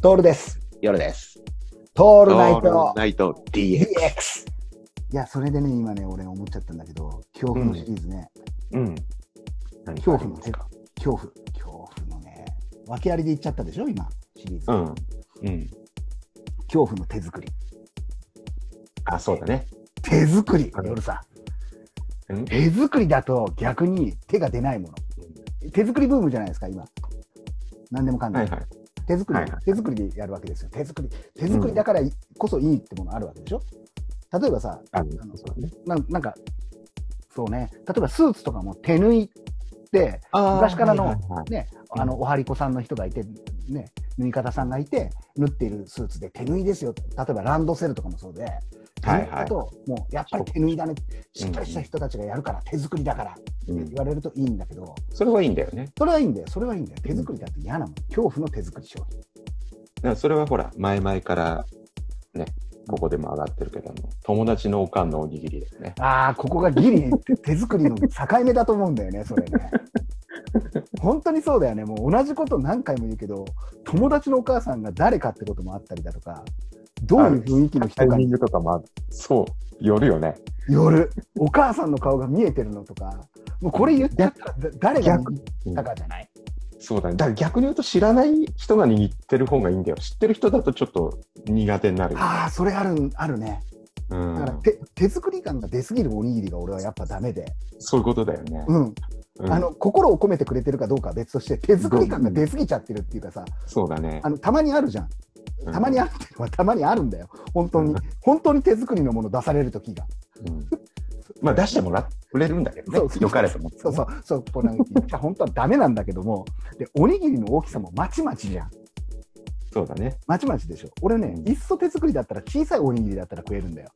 トールです。夜です。トオールナイトナイト DX。DX。いや、それでね、今ね、俺思っちゃったんだけど、恐怖のシリーズね、うん。何恐怖の手。恐怖、恐怖のね、訳ありで言っちゃったでしょ、今、シリーズ。うん。うん。恐怖の手作り。あ、そうだね。手作り、あの夜さうんん。手作りだと逆に手が出ないもの。手作りブームじゃないですか、今。何でもかんではもい。はい。手作り、はいはい手作りでやるわけですよ。手作り。手作りだからこそいいってものあるわけでしょ。例えばさ、ああの、のそうだね。なんなんか、そうね、例えばスーツとかも手縫いって、あー昔からのはいはいね、うんあのおはりこさんの人がいて、ね、縫い方さんがいて、縫っているスーツで手縫いですよ、例えばランドセルとかもそうで、手はい縫いだと、もうやっぱり手縫いだね、しっかりした人たちがやるから、手作りだからってうん言われるといいんだけど、それはいいんだよね。それはいいんだよ、それはいいんだよ、手作りだって嫌なもん、恐怖の手作り商品。だからそれはほら、前々から、ね、ここでも上がってるけども、友達のおかんのおにぎりですね。ああ、ここがギリ 手作りの境目だと思うんだよね、それね。本当にそうだよね、もう同じこと何回も言うけど、友達のお母さんが誰かってこともあったりだとか、どういう雰囲気の人かにグとかもある。そう。よるよね。夜、お母さんの顔が見えてるのとか、もうこれ言っちゃったらだ誰が逆見たかじゃない。そうだね。だから逆に言うと知らない人が握ってる方がいいんだよ。知ってる人だとちょっと苦手になるよ。ああ、それあるあるね。うだからん。手手作り感が出すぎるおにぎりが俺はやっぱダメで、そういうことだよね。うんうんあの心を込めてくれてるかどうかは別として、手作り感が出すぎちゃってるっていうかさ、そうだねあ。のたまにあるじゃん。うんたまにあるっていうのはたまにあるんだよ。本当に。本当に手作りのもの出される時が。うんまあ出してもらくれるんだけどねそうそう。よかれと思ってね。そうそう、そう、こうなんか言っちゃ本当はダメなんだけども、で、おにぎりの大きさもまちまちじゃん。そうだね。まちまちでしょ。俺ね、うんいっそ手作りだったら小さいおにぎりだったら食えるんだよ。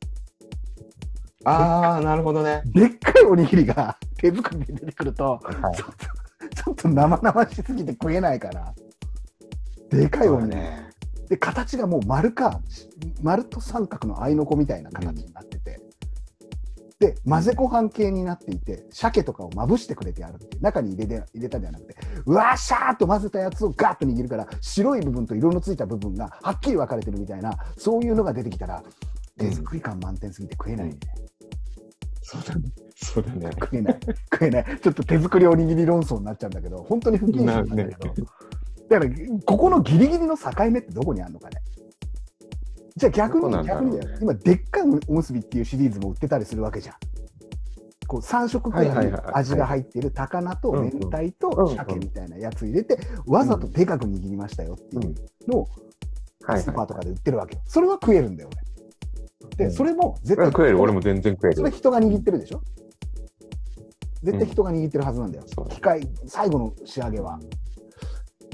ああ、なるほどね。でっかいおにぎりが 手作りで出てくると、はいちょっと、ちょっと生々しすぎて食えないから。でかいおにぎり。ね。で、形がもう丸か、丸と三角の合いの子みたいな形になってて、で、混ぜご飯系になっていて、鮭とかをまぶしてくれてあるっていう、中に入れて入れたんじゃなくて、うわーしゃーっと混ぜたやつをガーッと握るから、白い部分と色のついた部分がはっきり分かれてるみたいな、そういうのが出てきたら、手作り感満点すぎて食えない、ねそうだね。そうだね。食えない、食えない、ちょっと手作りおにぎり論争になっちゃうんだけど、本当に不謹慎なんだけど、だから、ここのギリギリの境目ってどこにあるのかね。じゃあ逆どこなに、んだろ逆うねにだよ。今、でっかいおむすびっていうシリーズも売ってたりするわけじゃん。こう3色くはらいいはいはい味が入ってる高菜とうんう明ん太うんとうん鮭みたいなやつ入れて、わざとでかく握りましたよっていうのをはいスーパーとはかで売ってるわけよ。それは食えるんだよ、俺。うんで、それも絶い。対食える。俺も全然食えそれる。人が握ってるでしょ絶対人が握ってるはずなんだよ。そうだね機械、最後の仕上げは。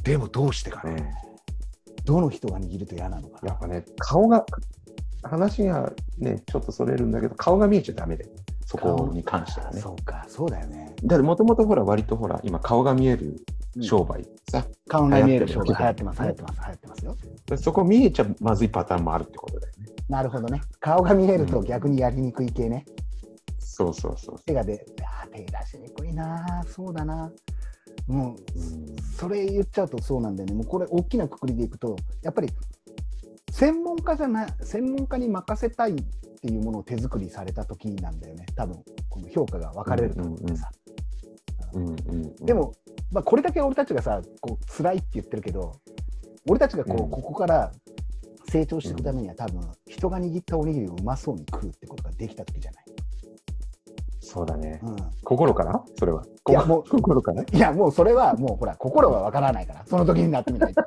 でもどうしてかね。ねどの人が握ると嫌なのかやなっぱね、顔が、話がね、ちょっとそれるんだけど、顔が見えちゃダメで、そこに関してはね。そうか、そうだよね。だってもともとほら、割とほら、今顔が見える商売さ、顔が見える流行商っ売てる流行ってます、流行ってます、流行ってますよ。そこ見えちゃまずいパターンもあるってことだよね。なるほどね。顔が見えるとうん逆にやりにくい系ね。そうそうそう。手が出、あー手出しにくいなー、そうだな。もう、それ言っちゃうとそうなんだよね。もうこれ大きなくくりでいくと、やっぱり専門家じゃない、専門家に任せたいっていうものを手作りされた時なんだよね。多分、この評価が分かれると思ってさ。うんうんうんで、も、まあ、これだけ俺たちがさこう辛いって言ってるけど俺たちがこう、うんここから成長していくためには多分人が握ったおにぎりをうまそうに食うってことができた時じゃない、そうだね。う心からそれは。いやもう心からん、いやもうそれはもうほら心はわからないからその時になってみない と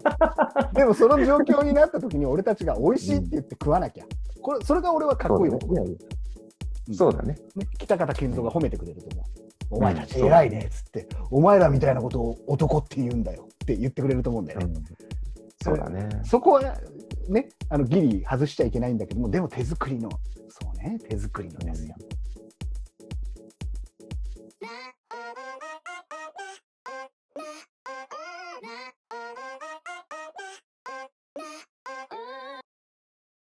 でもその状況になった時に俺たちが美味しいって言って食わなきゃこれそれが俺はかっこいいよ、そうだね。いやいやうんそうだね。ね北方健三が褒めてくれると思う、んお前たち偉いねっつって、お前らみたいなことを男って言うんだよって言ってくれると思うんだよね、そうだね。そこはね、あのギリ外しちゃいけないんだけども、でも手作りの、そうね、手作りのですよ。